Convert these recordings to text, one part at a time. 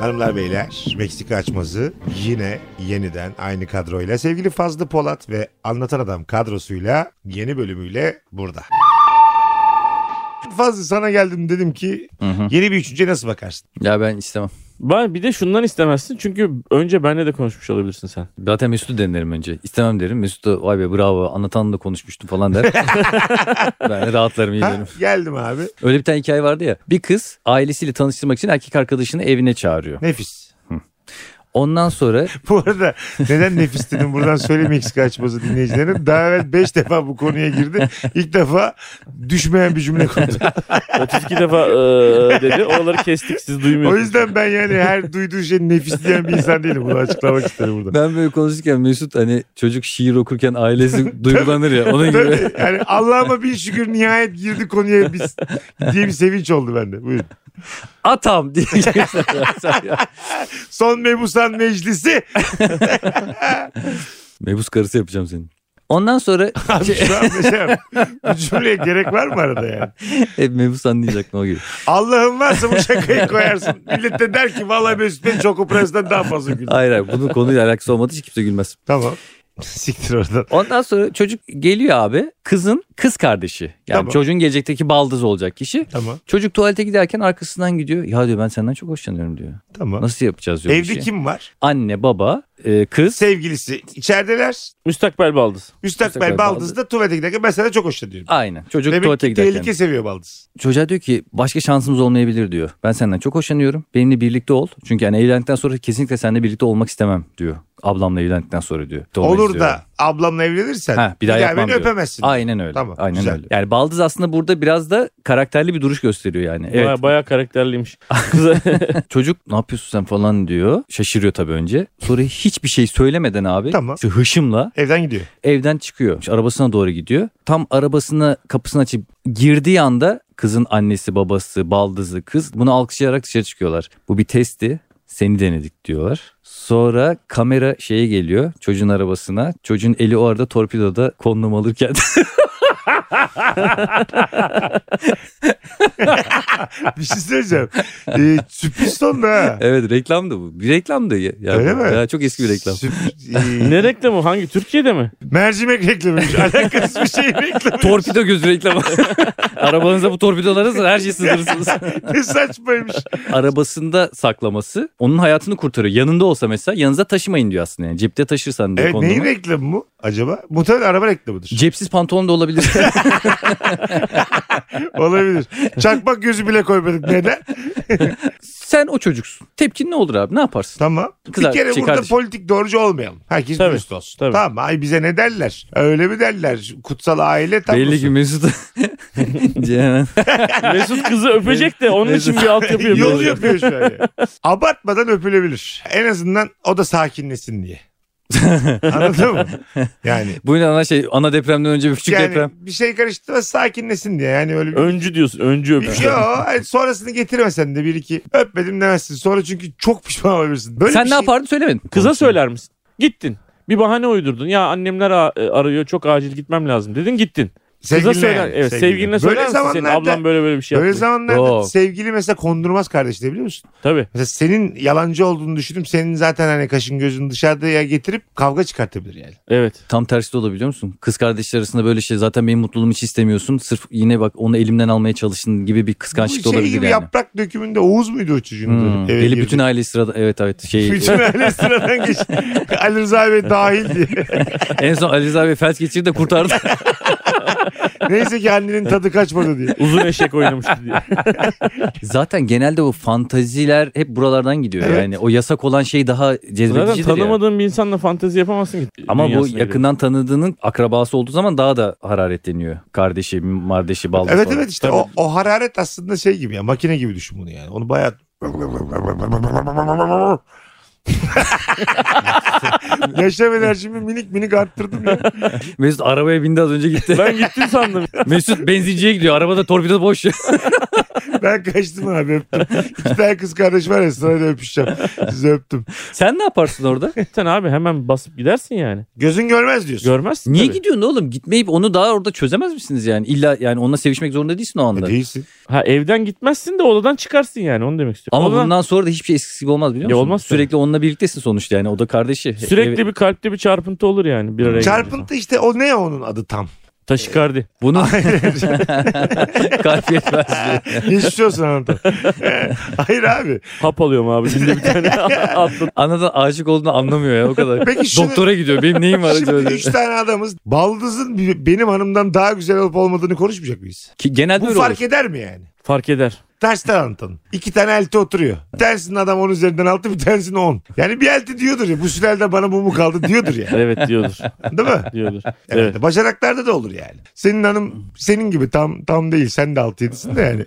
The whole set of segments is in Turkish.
Hanımlar beyler Meksika açmazı yine yeniden aynı kadroyla sevgili Fazlı Polat ve Anlatan Adam kadrosuyla yeni bölümüyle burada. Fazlı sana geldim dedim ki yeni bir üçüncüye nasıl bakarsın? Ya ben istemem. Ben bir de şundan istemezsin çünkü önce benle de konuşmuş olabilirsin sen. Zaten Mesut'u denerim önce. İstemem derim. Mesut da vay be bravo anlatanla da konuşmuştum falan der. ben de rahatlarım iyi Ha, derim. geldim abi Öyle bir tane hikaye vardı ya. Bir kız ailesiyle tanıştırmak için erkek arkadaşını evine çağırıyor. nefis. Ondan sonra Bu arada neden nefis dedim buradan söyle Meksika açması dinleyicilerine. Daha evvel 5 defa bu konuya girdi. İlk defa düşmeyen bir cümle kurdu. 32 defa "Ee" dedi. Oraları kestik siz O duymuyorsunuz. yüzden ben yani her duyduğu şey nefis diyen bir insan değilim. Bunu açıklamak isterim burada. ben böyle konuşurken Mesut hani çocuk şiir okurken ailesi duygulanır ya onun gibi. Tabii, yani Allah'ıma bir şükür nihayet girdi konuya biz diye bir sevinç oldu bende. Buyurun. Atam diye. Son Mebusan Meclisi. Mebus karısı yapacağım senin. Ondan sonra Abi şu an mesela bu cümleye gerek var mı arada yani? hep mebus anlayacak ne o gibi. Allah'ın varsa bu şakayı koyarsın. Millet de der ki vallahi Mesut Bey Choco Press'den daha fazla güldü. Hayır hayır bunun konuyla alakası olmadığı için kimse gülmez. Tamam. Siktir oradan. Ondan sonra çocuk geliyor abi. Kızın kız kardeşi. Yani Tamam. çocuğun gelecekteki baldız olacak kişi. Tamam. Çocuk tuvalete giderken arkasından gidiyor. Ya diyor ben senden çok hoşlanıyorum diyor. Tamam. Nasıl şey? yapacağız diyor. bu Evde işi? kim var? Anne, baba, e, kız. Sevgilisi. İçerideler. Müstakbel baldız. Müstakbel Müstakbel Baldız da tuvalete giderken ben sana çok hoşlanıyorum. Aynen. Çocuk Demek tuvalete ki giderken. tehlike seviyor Baldız. Çocuğa diyor ki başka şansımız olmayabilir diyor. Ben senden çok hoşlanıyorum. Benimle birlikte ol. Çünkü yani evlendikten sonra kesinlikle seninle birlikte olmak istemem diyor. Ablamla evlendikten sonra diyor. Olmayız Olur diyor. da ablamla evlenirsen Ha, bir daha, beni öpemezsin. Aynen öyle. Tamam, Aynen güzel. öyle. Yani baldız aslında burada biraz da karakterli bir duruş gösteriyor yani. Evet. Baya, baya karakterliymiş. Kıza- Çocuk ne yapıyorsun sen falan diyor. Şaşırıyor tabii önce. Sonra hiçbir şey söylemeden abi Tamam. işte hışımla Evden gidiyor. evden çıkıyor. İşte arabasına doğru gidiyor. Tam arabasına kapısını açıp girdiği anda kızın annesi, babası, baldızı, kız bunu alkışlayarak dışarı çıkıyorlar. Bu bir testti. Seni denedik diyorlar. Sonra kamera şeye geliyor çocuğun arabasına. Çocuğun eli o arada torpidoda kondom alırken. bir şey söyleyeceğim. Ee, sürpriz son da. evet reklamdı bu. Bir reklamdı. Ya, Ya Öyle bu- mi? Ya, çok eski bir reklam. Sürp- ee, ne reklamı? Hangi? Türkiye'de mi? Mercimek reklamı. Alakasız bir şey reklamı. Torpido gözü reklamı. Arabanıza bu torpidoları her şeyi sığdırırsınız. Ne saçmaymış. Arabasında saklaması onun hayatını kurtarıyor. Yanında olsa mesela yanınıza taşımayın diyor aslında. Yani. Cepte taşırsan diyor Evet, kondomu. neyin reklamı bu acaba? Muhtemelen araba reklamıdır. Cepsiz pantolon da olabilir. Olabilir. Çakmak gözü bile koymadık. Neden? Sen o çocuksun. Tepkin ne olur abi? Ne yaparsın? Tamam. Kız bir kere arkadaşı, burada kardeşim. politik doğrucu olmayalım. Herkes Tabii, dürüst olsun. tabii. Tamam. Ay bize ne derler? Öyle mi derler? Kutsal aile tablosu. Belli ki Mesut. Cehennem. Mesut kızı öpecek de onun için bir alt yapıyor. Yol yapıyor şu an. yani. Abartmadan öpülebilir. En azından o da sakinleşsin diye. Anladın mı? Yani, Bu ne ana şey? Ana depremden önce bir küçük yani deprem. bir şey karıştırma sakinleşsin diye. Yani öyle bir Öncü diyorsun. Öncü öpüş. Yok sonrasını getirmesen de bir iki öpmedim demezsin. Sonra çünkü çok pişman olabilirsin. Böyle Sen bir ne şey- yapardın söylemedin. Kıza söyler misin? Gittin. Bir bahane uydurdun. Ya annemler a- e, arıyor çok acil gitmem lazım dedin gittin. Kıza Sevgiline söyler. yani, evet, sevgiline. sevgiline söyler misin? Senin ablan böyle böyle bir şey Böyle yaptı. zamanlarda Oo. sevgili mesela kondurmaz kardeşine biliyor musun? Tabii. Mesela senin yalancı olduğunu düşünüp senin zaten hani kaşın gözün dışarıda ya getirip kavga çıkartabilir yani. Evet. Tam tersi de olabiliyor musun? Kız kardeşler arasında böyle şey zaten benim mutluluğumu hiç istemiyorsun. Sırf yine bak onu elimden almaya çalıştın gibi bir Bu kıskançlık da şey olabilir gibi yani. yaprak dökümünde Oğuz muydu o çocuğun? Hmm. Eve Deli girdi. bütün aile sırada evet evet şey bütün aile sıradan geç. Ali Rıza Bey dahil diye. en son Ali Rıza Bey felç geçirdi de kurtardı. Neyse ki annenin tadı kaçmadı diye. Uzun eşek oynamıştı diye. Zaten genelde o fantaziler hep buralardan gidiyor Evet. yani o yasak olan şey daha Zaten cezbedicidir ya. tanımadığın bir insanla fantezi yapamazsın ki. Ama bu Dünyasına girip. yakından tanıdığının akrabası olduğu zaman daha da hararetleniyor. Kardeşi, mardeşi, baldız Evet falan. evet işte o, o hararet aslında şey gibi ya makine gibi düşün bunu yani. Onu bayağı Yaşam enerjimi minik minik arttırdım ya. Mesut arabaya bindi az önce gitti. Ben gittim sandım. Mesut benzinciye gidiyor. Arabada torpido boş. Ben kaçtım abi öptüm. İki tane kız kardeş var ya sırayla öpüşeceğim. Sizi öptüm. Sen ne yaparsın orada? Sen abi hemen basıp gidersin yani. Gözün görmez diyorsun. Görmezsin Niye tabii. gidiyorsun oğlum? Gitmeyip onu daha orada çözemez misiniz yani? İlla yani onunla sevişmek zorunda değilsin o anda. E, değilsin. Ha evden gitmezsin de odadan çıkarsın yani onu demek istiyorum. Ama Odadan- bundan sonra da hiçbir şey eskisi gibi olmaz biliyor Ya musun? olmaz tabii. Sürekli onunla birliktesin sonuçta yani o da kardeşi. sürekli Ev- bir kalpte bir çarpıntı olur yani bir araya gelince. Çarpıntı işte o ne onun adı tam. Taşikardi. bunu kalp yetmez diye. Geçmiş olsun anlatan. Hayır abi. Hap alıyorum abi günde bir tane atlat. Anadan aşık olduğunu anlamıyor ya o kadar. Peki şimdi- Doktora gidiyor benim neyim var acaba? Şimdi diyor. üç tane adamız. Baldız'ın bir- benim hanımdan daha güzel olup olmadığını konuşmayacak mıyız? Ki genelde Bu öyle fark olur. eder mi yani? Fark eder. Tersten anlatan. İki tane elti oturuyor. Bir tanesinin adam 10 üzerinden altı bir tanesinin 10. Yani bir elti diyordur ya. Bu sülelde bana bu mu kaldı diyordur ya. Evet diyordur. Değil mi? diyordur. Evet. Evet. Bacanaklarda da olur yani. Senin hanım senin gibi tam tam değil. Sen de 6-7'sin de yani.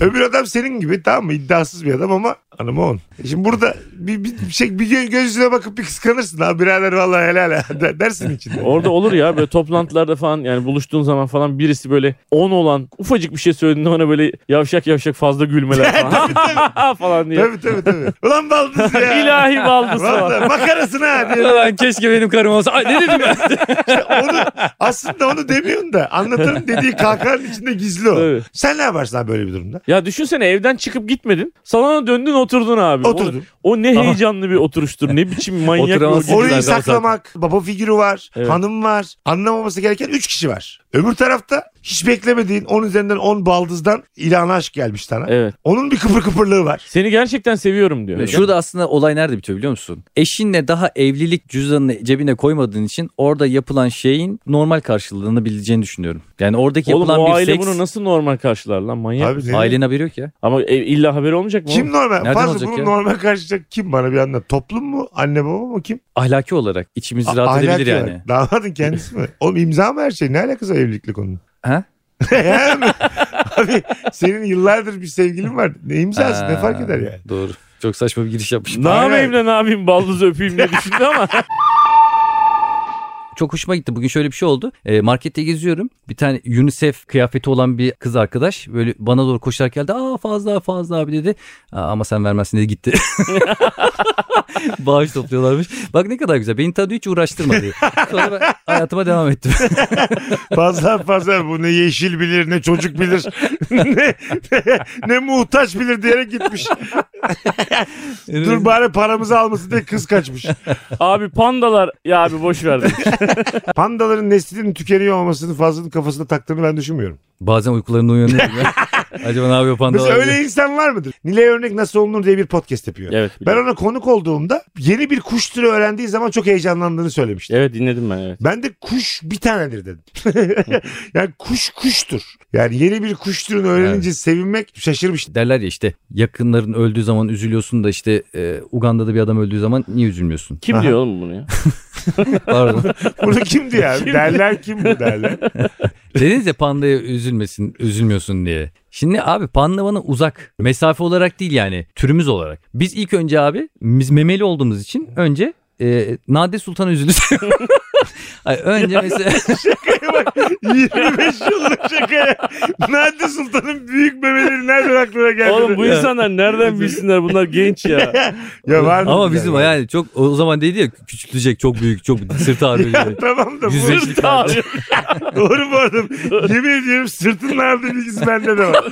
Öbür adam senin gibi tamam mı? İddiasız bir adam ama hanımı on. E Şimdi burada bir, bir, bir şey bir gö- gözüne bakıp bir kıskanırsın. Abi birader vallahi helal ha de- dersin içinde. Orada olur ya böyle toplantılarda falan yani buluştuğun zaman falan birisi böyle 10 olan ufacık bir şey söylediğinde ona böyle yavşak yavşak fazla gülmeler falan. falan diye. tabii tabii tabii. Ulan baldız ya. İlahi baldız falan. Vallahi makarasın ha diye. Lan keşke benim karım olsa. Ay ne dedim ben? Onu, aslında onu demiyorsun da anlatanın dediği kahkahanın içinde gizli o. Tabii. Sen ne yaparsın abi böyle bir durumda? Ya düşünsene evden çıkıp gitmedin. Salona döndün oturdun abi. Oturdum. O, o ne Aha. heyecanlı bir oturuştur. Ne biçim manyak bir Oturamazsın. oturuş. Orayı Güzel, daha saklamak, baba figürü var, Evet. hanım var. Anlamaması gereken 3 kişi var. Öbür tarafta hiç beklemediğin 10 üzerinden 10 baldızdan ilan aşk gelmiş sana. Evet. Onun bir kıpır kıpırlığı var. Seni gerçekten seviyorum diyor. Şurada aslında olay nerede bitiyor biliyor musun? Eşinle daha evlilik cüzdanını cebine koymadığın için orada yapılan şeyin normal karşılığını bileceğini düşünüyorum. Yani oradaki Oğlum yapılan o bir aile seks bunu nasıl normal karşılar lan manyak. Abi ne- ailen haberi yok ya. Ama e- illa haberi olmayacak mı? Kim oğlum? normal? Nereden Fazla olacak bunu ya? normal karşılayacak kim bana bir anlat. Toplum mu? Anne baba mı? Kim? Ahlaki olarak içimizi rahat A- edebilir ahlaki yani. olarak. Damadın kendisi mi? Oğlum imza mı her şey? Ne alakası var evlilikle onun? Ha? Yani, Abi senin yıllardır bir sevgilin var. Ne imzası? ne Ha, fark eder yani? Ee, Doğru. Çok saçma bir giriş yapmışım. Ne Aynen. yapayım da ne yapayım baldız öpeyim diye düşündü ama. Çok hoşuma gitti. Bugün şöyle bir şey oldu. E, markette geziyorum. Bir tane UNICEF kıyafeti olan bir kız arkadaş böyle bana doğru koşarak geldi. Aa fazla fazla abi dedi. Aa, ama sen vermezsin dedi gitti. Bağış topluyorlarmış. Bak ne kadar güzel. Beni tadı hiç uğraştırmadı. Sonra ben hayatıma devam ettim. Fazla fazla bu ne yeşil bilir ne çocuk bilir ne, ne, ne muhtaç bilir diyerek gitmiş. Dur bari paramızı almasın diye kız kaçmış. abi pandalar ya abi boş ver. demiş. Pandaların neslinin tükeniyor olmasını fazlının kafasına taktığını ben düşünmüyorum. Bazen uykularında uyanıyorum ya. Acaba ne yapıyor panda? Mesela var diye. öyle insan var mıdır? Nilay örnek nasıl olunur diye bir podcast yapıyor. evet. Ben ona konuk olduğumda yeni bir kuş türü öğrendiği zaman çok heyecanlandığını söylemişti. Evet dinledim ben evet. Ben de kuş bir tanedir dedim. yani kuş kuştur. Yani yeni bir kuş türünü öğrenince sevinmek şaşırmıştım. Derler ya işte yakınların öldüğü zaman üzülüyorsun da işte e, Uganda'da bir adam öldüğü zaman niye üzülmüyorsun? Kim Aha. diyor oğlum bunu ya? Pardon. Bunu kim diyor abi? Kim? Derler kim bu derler. Dediniz ya pandaya üzülmesin, üzülmüyorsun diye. Şimdi abi panda bana uzak. Mesafe olarak değil yani türümüz olarak. Biz ilk önce abi biz memeli olduğumuz için önce e, Nade Sultan'a üzülürüz. Ay, önce mesela Bak, 25 yıllık şakaya. Nadi Sultan'ın büyük memeleri nereden aklına geldi? oğlum bu insanlar nereden bilsinler bunlar genç ya. Ya var mı ama bir bizim tane? yani çok o zaman dedi ya küçültecek çok büyük çok sırt ağrıyor. diye. Tamam da bu Yüz beş- Sırt ağrıyor. doğru bu arada. Yemin ediyorum sırtın ağrıdığı bilgisi bende de var.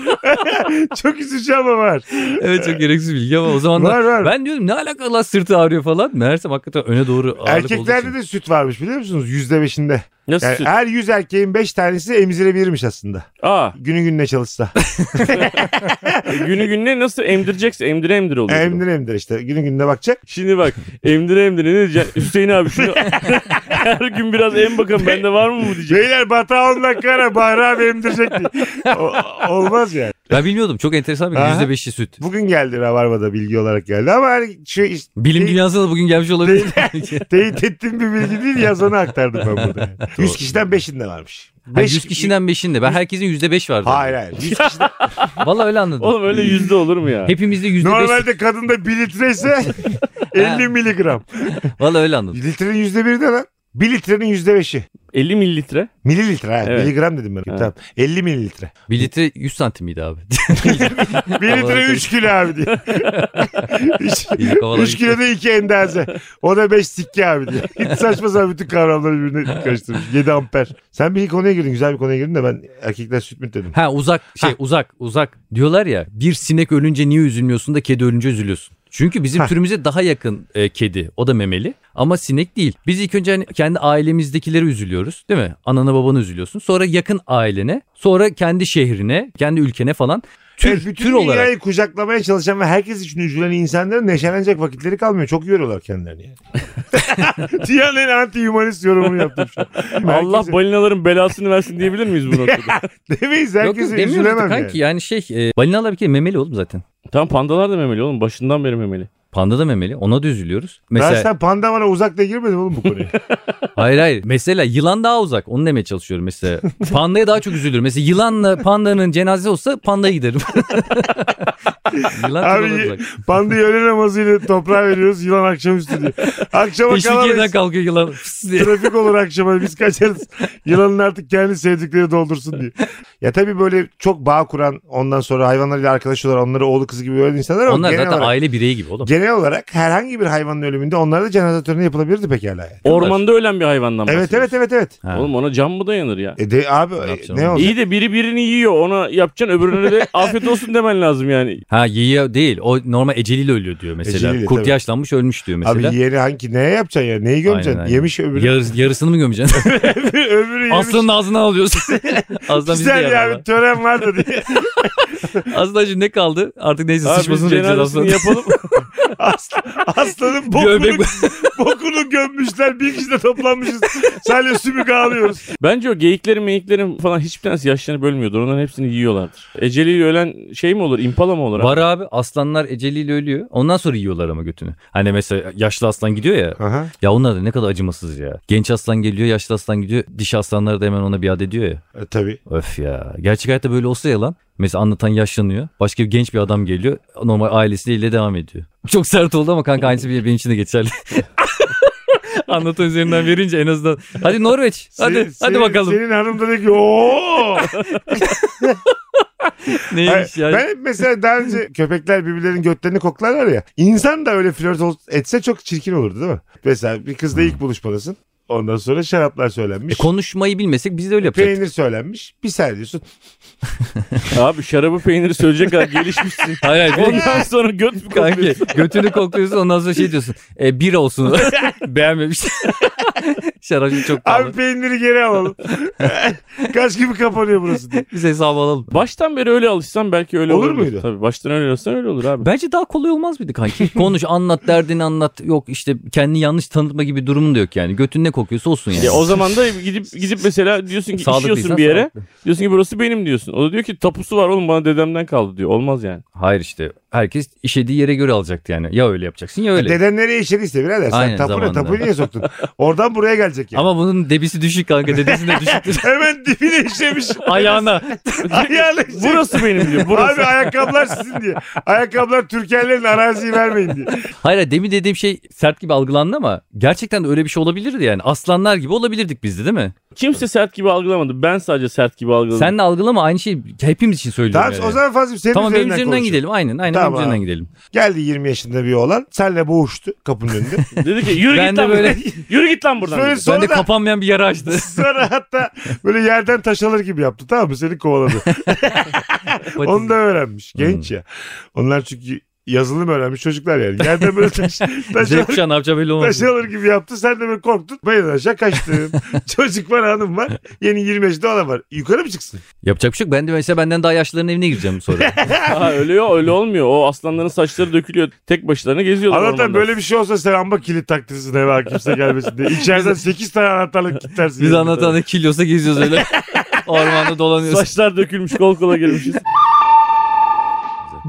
Çok üzücü ama var. evet çok gereksiz bilgi ama o zaman Var, var. ben diyorum ne alaka lan sırtı ağrıyor falan. Meğersem hakikaten öne doğru ağırlık olduğu için. Erkeklerde de süt varmış biliyor musunuz? Yüzde beşinde. Nasıl Yani süt? her yüz erkeğin beş tanesi emzirebilirmiş aslında. Aa, Günün gününe çalışsa. e, günü gününe nasıl emdireceksin? Emdire emdire oluyor. emdir emdir işte. Günün gününe bakacak. Şimdi bak emdire emdire ne diyeceksin? Hüseyin abi şunu her gün biraz em bakalım bende var mı bu diyecek. Beyler batağı 10 dakika ara Bahri abi emdirecek diye. O- olmaz yani. Ben bilmiyordum çok enteresan bir Aha. %5'i süt. Bugün geldi Rabarba'da bilgi olarak geldi ama hani şu is- Bilim Değil- dünyasına da bugün gelmiş olabilir. teyit ettiğim bir bilgi değil yazanı aktardım ben burada. 100 kişiden 5'inde varmış. Ha, Beş- 100 kişiden 5'inde. Ben herkesin %5 vardı. Hayır hayır. 100 kişiden... Vallahi öyle anladım. Oğlum öyle yüzde olur mu ya? Hepimizde %5. Normalde kadında 1 litre ise 50 miligram. Vallahi öyle anladım. Litrenin %1'i de lan. 1 litrenin %5'i. 50 mililitre. Mililitre ha. Evet. Miligram dedim ben. Evet. Tamam. 50 mililitre. Bir litre 100 santim miydi abi? 1 litre 3 kilo abi diyor. İyi kovalar 3 kilo da 2 endaze. O da 5 sikke abi diyor. Hiç saçma sapan bütün kavramları birbirine karıştırmış. 7 amper. Sen bir konuya girdin. Güzel bir konuya girdin de ben erkekler süt mü dedim. Ha uzak şey uzak uzak diyorlar ya bir sinek ölünce niye üzülmüyorsun da kedi ölünce üzülüyorsun. Çünkü bizim Ha. türümüze daha yakın e, kedi. O da memeli ama sinek değil. Biz ilk önce hani kendi ailemizdekileri üzülüyoruz değil mi? Anana babana üzülüyorsun. Sonra yakın ailene, sonra kendi şehrine, kendi ülkene falan. Tür, Evet, E, bütün tür dünyayı olarak. kucaklamaya çalışan ve herkes için üzülen insanların neşelenecek vakitleri kalmıyor. Çok yoruyorlar kendilerini yani. Dünyanın en anti-humanist yorumunu yaptım şu an. Allah Herkese- balinaların belasını versin diyebilir miyiz bu noktada? Demeyiz Yok yok herkese demiyoruz da üzülemem kanki yani. yani şey e, balinalar bir kere memeli oğlum zaten. tamam pandalar da memeli oğlum. Başından beri memeli. Panda da memeli ona da üzülüyoruz. Ben Mesela sen panda bana uzak diye girmedim oğlum bu konuya. Hayır hayır. Mesela yılan daha uzak. Onu demeye çalışıyorum mesela. Pandaya daha çok üzülürüm. Mesela yılanla pandanın cenazesi olsa pandaya giderim. yılan Abi, Abi, uzak. Pandayı öğle namazıyla toprağa veriyoruz yılan akşamüstü diye. Akşama Teşvikiye'den kalamayız. kalkıyor yılan. Fıs diye. Trafik olur akşama biz kaçarız. Yılanın artık kendi sevdikleri doldursun diye. Ya tabii böyle çok bağ kuran ondan sonra hayvanlarıyla arkadaş olan onları oğlu kızı gibi ölen insanlar ama Onlar genel zaten olarak, aile bireyi gibi oğlum. genel olarak herhangi bir hayvanın ölümünde onlara da cenaze töreni yapılabilirdi pekala. Yani. Ormanda ölen bir hayvandan Evet evet evet evet. Ha. Oğlum ona can mı dayanır ya? E de, abi e, yapacaksın ne oğlum? olacak? İyi de biri birini yiyor ona yapacaksın öbürüne de afiyet olsun demen lazım yani. Ha yiyor değil. O normal eceliyle ölüyor diyor mesela. Eceliyle, Kurt tabii. yaşlanmış ölmüş diyor mesela. Abi yeri hangi neye yapacaksın ya? Neyi gömeceksin? Aynen, aynen. Yemiş öbürü. Yarı- yarısını mı gömeceksin? öbürü yemiş. Aslanın ağzından alıyorsun. Aslan bizde Güzel ya bir yani. tören vardı diye. Aslan şimdi ne kaldı? Artık neyse Abi biz sıçmasını bekleyeceğiz aslan. cenazesini yapalım. Aslan, aslanın Bir bokunu, öbek- bokunu gömmüşler. Bir kişide toplanmışız. Sadece sümük ağlıyoruz. Bence o geyiklerin meyiklerin falan hiçbir tanesi yaşlarını bölmüyordur. Onların hepsini yiyorlardır. Eceliyle ölen şey mi olur? impala mı olur? abi? Var abi aslanlar eceliyle ölüyor. Ondan sonra yiyorlar ama götünü. Hani mesela yaşlı aslan gidiyor ya. Aha. Ya onlar da ne kadar acımasız ya. Genç aslan geliyor, yaşlı aslan gidiyor. Dişi aslanlar da hemen ona biat ediyor ya. E, tabii. Öf ya. Gerçek hayatta böyle olsa ya lan. Mesela anlatan yaşlanıyor. Başka bir genç bir adam geliyor. Normal ailesiyle devam ediyor. Çok sert oldu ama kanka aynısı bir- benim için de geçerli. anlatan üzerinden verince en azından. Hadi Norveç. Hadi Senin- hadi senin- bakalım. Senin hanım da dedi ki ooo. Neymiş ya? Ben hep mesela daha önce köpekler birbirlerinin götlerini koklarlar ya. İnsan da öyle flört ol- etse çok çirkin olurdu değil mi? Mesela bir kızla ilk buluşmadasın. Ondan sonra şaraplar E, söylenmiş. konuşmayı bilmesek biz de öyle yapacaktık. peynir söylenmiş. Bir sen diyorsun. Abi şarabı peyniri söyleyecek kadar gelişmişsin. Hayır hayır. bir- Ondan sonra göt mü Kanki kokuyorsun? götünü kokluyorsun ondan sonra şey diyorsun. E, bir olsun. Beğenmemiş. Şarapçı çok Abi pahalı. peyniri geri alalım. Kaç gibi kapanıyor burası diye. Biz hesabı alalım. Baştan beri öyle alışsan belki öyle Olur olurdu. muydu? Tabii baştan öyle alışsan öyle olur abi. Bence daha kolay olmaz mıydı kanki? Konuş anlat derdini anlat. Yok işte kendini yanlış tanıtma gibi durumun da yok yani. Götün ne kokuyorsa olsun yani. Ya o zaman da gidip gidip mesela diyorsun ki işiyorsun Sağlıklıysan bir yere. sağlıklı. Diyorsun ki burası benim diyorsun. O da diyor ki tapusu var oğlum bana dedemden kaldı diyor. Olmaz yani. Hayır işte herkes işediği yere göre alacaktı yani. Ya öyle yapacaksın ya öyle. Deden nereye işediyse birader sen Aynen, tapu ne zamanında. tapu niye soktun? Oradan buraya gelecek ya. Ama bunun debisi düşük kanka. Dedesi de düşüktür. Hemen dibine işemiş. Ayağına. Ayağına işemiş. burası benim diyor. Burası. Abi ayakkabılar sizin diye. Ayakkabılar Türkerlerin araziyi vermeyin diye. Hayır hayır, demin dediğim şey sert gibi algılandı ama gerçekten de öyle bir şey olabilirdi yani. Aslanlar gibi olabilirdik biz de değil mi? Kimse sert gibi algılamadı. Ben sadece sert gibi algıladım. Sen de algılama aynı şeyi hepimiz için söylüyorum. Tamam yani. o zaman Fazıl senin Tamam benim üzerinden, üzerinden konuşalım. gidelim. Aynen aynen Tamam benim üzerinden abi. gidelim. Geldi 20 yaşında bir oğlan. Senle boğuştu kapının önünde. dedi ki yürü Ben git de lan böyle- böyle... Yürü git lan buradan. Söyle- dedi. Sonra ben de da- kapanmayan bir yara açtı. Sonra hatta böyle yerden taş alır gibi yaptı tamam mı? Seni kovaladı. Onu da öğrenmiş. Genç ya. Onlar çünkü yazılım öğrenmiş çocuklar yani. Yerden böyle taş, taş Z alır kuşağı ne yapacağı belli olmaz. Taş alır gibi yaptı. Sen de böyle korktun. Bayılır aşağı kaçtın. Çocuk var hanım var. Yeni 20 yaşında olan var. Yukarı mı çıksın? Yapacak bir şey yok. Ben de mesela benden daha yaşlıların evine gireceğim sonra. Aha, öyle yok öyle olmuyor. O aslanların saçları dökülüyor. Tek başlarına geziyorlar. Anlatan ormanda. böyle bir şey olsa sen amba kilit taktırsın eve ha, kimse gelmesin diye. İçeriden 8 tane anahtarlık kilitlersin. Biz yani. anlatanı kilyosa geziyoruz öyle. Ormanda dolanıyoruz. Saçlar dökülmüş kol kola girmişiz.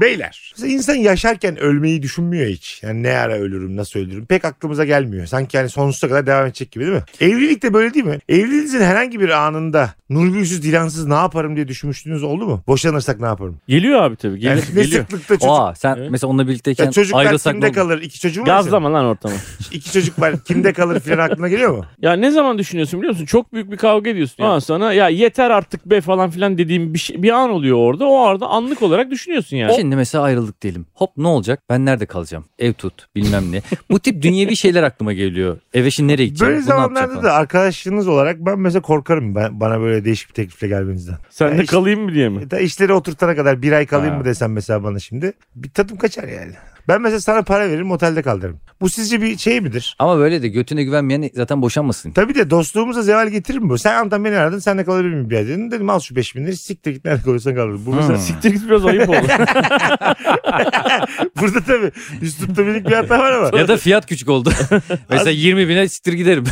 Beyler. Mesela insan yaşarken ölmeyi düşünmüyor hiç. Yani ne ara ölürüm, nasıl ölürüm pek aklımıza gelmiyor. Sanki yani sonsuza kadar devam edecek gibi değil mi? Evlilik de böyle değil mi? Evliliğinizin herhangi bir anında nurgülsüz, dilansız ne yaparım diye düşünmüştünüz oldu mu? Boşanırsak ne yaparım? Geliyor abi tabii. Yani Geliyor. ne geliyor. sıklıkta çocuk... Aa sen Evet. mesela onunla birlikteyken Ya çocuklar ayrılsak ne kimde olur? kalır? İki çocuğun var mı? Gazlama lan ortamı. senin? İki çocuk var. Kimde kalır filan aklına geliyor mu? Ya ne zaman düşünüyorsun biliyor musun? Çok büyük bir kavga ediyorsun. Ya. Ondan sonra ya yeter artık be falan filan dediğim bir, şey, bir an oluyor orada. O arada anlık olarak düşünüyorsun yani. Şimdi mesela ayrıldık diyelim. Hop ne olacak? Ben nerede kalacağım? Ev tut bilmem ne. Bu tip dünyevi şeyler aklıma geliyor. Eve şimdi nereye gideceğim? Böyle Bunu ne yapacağım zamanlarda falan. da arkadaşınız olarak ben mesela korkarım ben, bana böyle değişik bir teklifle gelmenizden. Sen Ya de işte- Hmm. kalayım mı diye mi? Da işleri oturtana kadar bir ay kalayım Ha. mı desem mesela bana şimdi. Bir tadım kaçar yani. Ben mesela sana para veririm otelde kaldırırım. Bu sizce bir şey midir? Ama böyle de götüne güvenmeyen zaten boşanmasın. Tabii de dostluğumuza zeval getirir mi bu? Sen amdan beni aradın senle kalabilir miyim bir ay dedin. Dedim al şu 5000 lirayı siktir git nerede kalıyorsan kalırım. Bu mesela Hmm. Siktir git biraz ayıp oldu. burada tabii üslupta minik bir hata var ama. ya da fiyat küçük oldu. mesela 20 bine siktir giderim.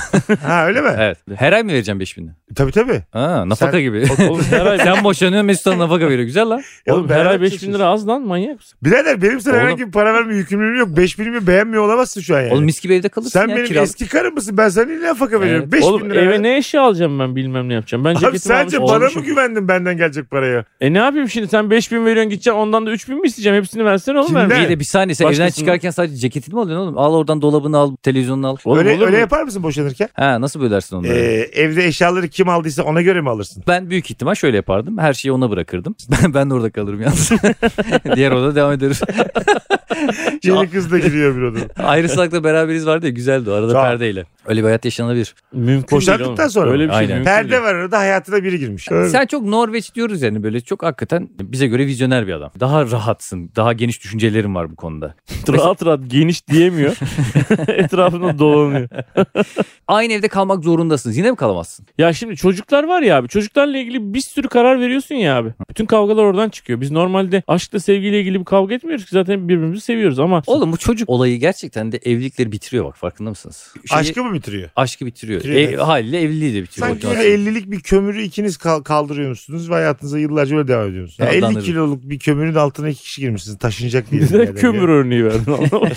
Ha öyle mi? evet. Her ay mı vereceğim 5 bini? Tabii tabii. Ha, nafaka Sen- gibi. Oğlum her ay, Sen boşanıyorsun Mesut sana nafaka veriyor. Güzel lan. oğlum, her beraber ay 5 bin çalışıyoruz. lira az lan manyak mısın? Birader benim sana Oğlum- herhangi bir para verme yükümlülüğüm yok. 5 binimi beğenmiyor olamazsın şu an yani. Oğlum mis gibi evde kalırsın sen ya. benim kiralık. eski karın mısın? Ben sana niye nafaka veriyorum? Evet. 5 bin Oğlum lira. eve ne eşya alacağım ben bilmem ne yapacağım. Ben Abi ceketimi sence almış, bana mı olmuşum. güvendin benden gelecek paraya? E ne yapayım şimdi sen 5 bin veriyorsun gideceksin ondan da 3 bin mi isteyeceğim? Hepsini versene oğlum. Kimden? ben. İyi de bir saniye sen evden Başkasının- çıkarken sadece ceketini mi alıyorsun oğlum? Al oradan dolabını al, televizyonunu al. Oğlum, öyle olur öyle mu? yapar mısın boşanırken? Ha nasıl bölersin onları? Ee, evde eşyaları kim aldıysa ona göre mi alırsın? Ben büyük ihtimal şöyle yapardım. Her şeyi ona bırakırdım. Ben, ben de orada kalırım yalnız. Diğer odada devam ederiz. Yeni kız da giriyor bir odaya. Ayrılsakla beraberiz vardı ya güzeldi o arada Tamam. perdeyle. Öyle bir hayat yaşanabilir. Mümkün Boşandıktan değil oğlum. sonra Öyle bir şey Aynen. mümkün Perde değil. şey- var arada hayatına biri girmiş. Öyle. Sen çok Norveç diyoruz yani böyle çok hakikaten bize göre vizyoner bir adam. Daha rahatsın. Daha geniş düşüncelerin var bu konuda. Rahat rahat geniş diyemiyor. Etrafında dolanıyor. Aynı evde kalmak zorundasınız. Yine mi kalamazsın? Ya şimdi çocuklar var ya abi. Çocuklarla ilgili bir sürü karar veriyorsun ya abi. Bütün kavgalar oradan çıkıyor. Biz normalde aşkla sevgiyle ilgili bir kavga etmiyoruz ki zaten birbirimizi seviyoruz ama Oğlum bu çocuk olayı gerçekten de evlilikleri bitiriyor bak farkında mısınız? Şeyi- Aşkı mı bitiriyor? aşkı bitiriyor. Bitiriyor, E, evet. haliyle evliliği de Şey, bitiriyor. Sanki Motivasyon. bir 50'lik bir kömürü ikiniz kal- kaldırıyormuşsunuz ve hayatınıza yıllarca öyle devam ediyorsunuz. Yani Adlandırır. 50 kiloluk bir kömürün altına iki kişi girmişsiniz. Taşınacak bir Neden yerden kömür yani. örneği verdin anlamadım.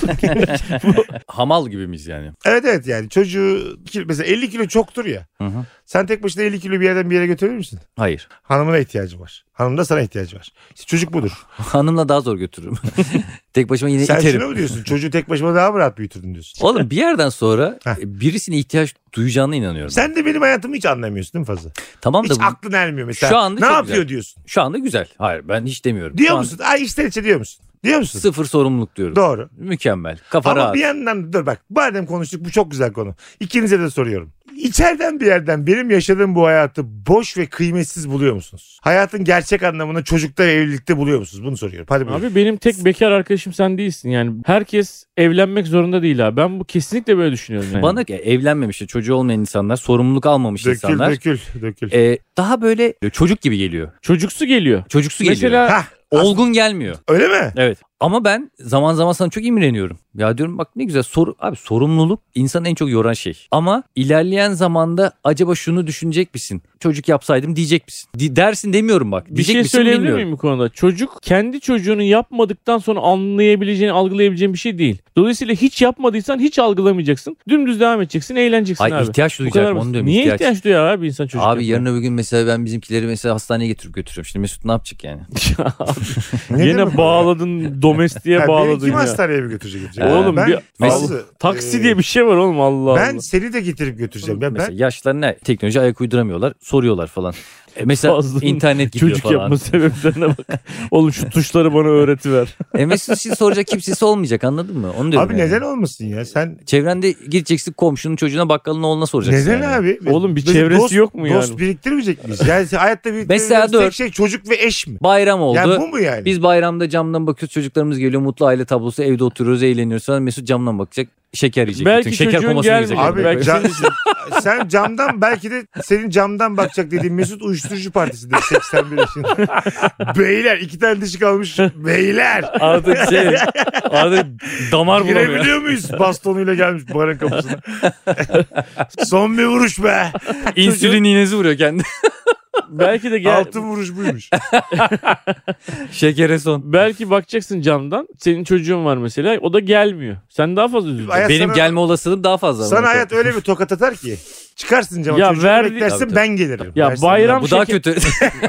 Hamal gibi miyiz yani? Evet evet yani çocuğu ki- mesela 50 kilo çoktur ya. Hı hı. Sen tek başına 50 kilo bir yerden bir yere götürebilir misin? Hayır. Hanımına ihtiyacı var. Hanım da sana ihtiyacı var. İşte çocuk budur. Hanımla daha zor götürürüm. Tek başıma yine Sen E, iterim. şunu mu diyorsun? Çocuğu tek başıma daha mı rahat büyütürdün diyorsun? Oğlum bir yerden sonra Heh. birisine ihtiyaç duyacağına inanıyorum. Sen de benim hayatımı hiç anlamıyorsun değil mi fazla? tamam da Hiç bu- aklın ermiyor mesela. Şu anda ne çok yapıyor güzel. diyorsun? şu anda güzel. Hayır ben hiç demiyorum. Diyor Şu an musun? Ay işler içi diyor musun? Diyor musun? Sıfır sorumluluk diyorum. Doğru. Mükemmel. Kafa Ama rahat. bir yandan dur bak. Madem konuştuk bu çok güzel konu. İkinize de soruyorum. İçeriden bir yerden benim yaşadığım bu hayatı boş ve kıymetsiz buluyor musunuz? Hayatın gerçek anlamını çocukta ve evlilikte buluyor musunuz? Bunu soruyorum. Hadi buyurun. Abi benim tek bekar arkadaşım sen değilsin yani. Herkes evlenmek zorunda değil abi. Ben bu kesinlikle böyle düşünüyorum yani. Bana ki evlenmemiş, çocuğu olmayan insanlar, sorumluluk almamış dökül, şey insanlar dökül dökül e, daha böyle çocuk gibi geliyor. Çocuksu geliyor. Çocuksu geliyor. Mesela Hah, Olgun gelmiyor. öyle mi? Evet. Ama ben zaman zaman sana çok imreniyorum. Ya diyorum bak ne güzel soru abi sorumluluk insanı en çok yoran şey. Ama ilerleyen zamanda acaba şunu düşünecek misin? Çocuk yapsaydım diyecek misin? Di- dersin demiyorum bak. bir diyecek şey misin söyleyebilir bilmiyorum. miyim bu konuda? Çocuk kendi çocuğunu yapmadıktan sonra anlayabileceğini, algılayabileceğin bir şey değil. Dolayısıyla hiç yapmadıysan hiç algılamayacaksın. Dümdüz devam edeceksin, eğleneceksin Ay abi. ihtiyaç Bu duyacak kadar mı? onu basit. diyorum. Niye ihtiyaç, duyar abi insan çocuk? Abi yapmaya? yarın öbür gün mesela ben bizimkileri mesela hastaneye getirip götürüyorum. Şimdi Mesut ne yapacak yani? Ne demek Yine bu? bağladın domestiğe Ya beni bağladın kim ya. hastaneye mi götürecek? Ee, gidecek? Oğlum ben, bir- Fazlı, Taksi e, diye bir şey var oğlum Allah Ben Allah. seni de getirip götüreceğim. Ya mesela Şey, ben yaşlar ne? Teknoloji ayak uyduramıyorlar. Soruyorlar falan. E mesela Fazlın internet gidiyor Çocuk falan. yapma sebeplerine bak. oğlum şu tuşları bana öğretiver. E Mesut şimdi soracak kimsesi olmayacak anladın mı? Onu diyorum Abi yani. neden olmasın ya? Sen Çevrende gideceksin komşunun çocuğuna bakkalın oğluna soracaksın. neden yani. abi? Oğlum bir Biz çevresi dost- yok mu yani? Dost biriktirmeyecek miyiz? Yani hayatta biriktirmeyeceğimiz dur. tek şey çocuk ve eş mi? Bayram oldu. Yani bu mu yani? Biz bayramda camdan bakıyoruz çocuklarımız geliyor mutlu aile tablosu evde oturuyoruz eğleniyoruz falan Mesut camdan bakacak şeker yiyecek. Belki Bütün şeker çocuğun komasına gelmiyor. girecek. Abi Belki cam- sen camdan belki de senin camdan bakacak dediğin Mesut Uyuşturucu Partisi diyor 81 yaşında. beyler iki tane dişi kalmış. Beyler. artık şey artık damar bulamıyor. Girebiliyor muyuz? Bastonuyla gelmiş barın kapısına. Son bir vuruş be. İnsülin iğnesi vuruyor kendi. belki de gel, Altın vuruş buymuş. Şekere son. belki bakacaksın camdan. Senin çocuğun var mesela. O da gelmiyor. Sen daha fazla üzülüyorsun. Hayat Benim sana- gelme olasılığım daha fazla. Sana Bana hayat öyle bir tokat atar ki. Çıkarsın cama Ya çocuğu verdi- Tabii, beklersin tabii. ben gelirim. Ya Dersin, bayram- Bu daha kötü.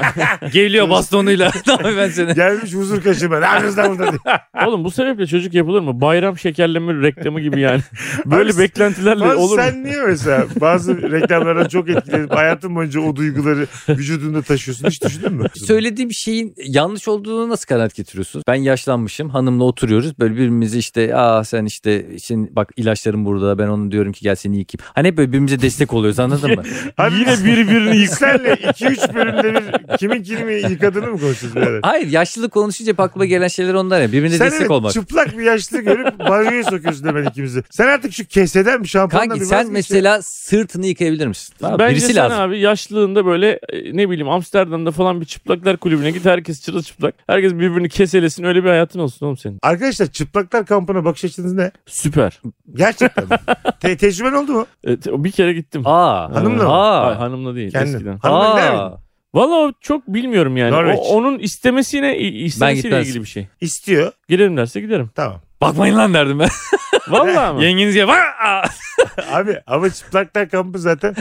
Geliyor bastonuyla. Tamam ben seni. Gelmiş huzur kaşıma. Ne yapıyorsun lan burada diye. Oğlum bu sebeple çocuk yapılır mı? Bayram şekerleme reklamı gibi yani. Böyle Abi- beklentilerle Lan olur mu? sen niye mesela bazı reklamlardan çok etkilenip hayatın boyunca o duyguları vücudunda taşıyorsun hiç düşündün mü? Söylediğim şeyin yanlış olduğunu nasıl kanaat getiriyorsunuz? Ben yaşlanmışım hanımla oturuyoruz böyle birbirimizi işte aa sen işte şimdi bak ilaçlarım burada ben onu diyorum ki gel seni yıkayayım. Hani hep böyle birbirimize destek oluyoruz anladın mı? Abi Yine birbirini yık. Senle 2-3 bölümde bir kimin kimi yıkadığını mı konuşuyoruz? birader? Hayır yaşlılık konuşunca hep aklıma gelen şeyler onlar ya birbirine Sen destek evet, olmak. çıplak bir yaşlı görüp banyoya sokuyorsun hemen ikimizi. Sen artık şu keseden bir şampuanla Kanki bir sen vazgeç mesela sırtını yıkayabilir misin? Tamam, Bence Birisi sen lazım. abi yaşlılığında böyle e, ne bileyim Amsterdam'da falan bir çıplaklar kulübüne git. Herkes çırılçıplak. Herkes birbirini keselesin. Öyle bir hayatın olsun oğlum senin. ya. Arkadaşlar çıplaklar kampına bakış açınız ne? Süper. Gerçekten. Te- tecrüben oldu mu? E, te- bir kere gittim. Aa. Hanımla mı? Aa. Ay, hanımla değil. Kendin. Eskiden. Hanımla gider Aa. miydin? Valla o çok bilmiyorum yani. O, Norveç. onun istemesine i- istemesiyle gitmezdim. ilgili bir şey. İstiyor. Girerim derse giderim. Tamam. Bakmayın lan derdim ben. Valla mı? Yengeniz gel. Aa! Abi ama çıplaklar kampı zaten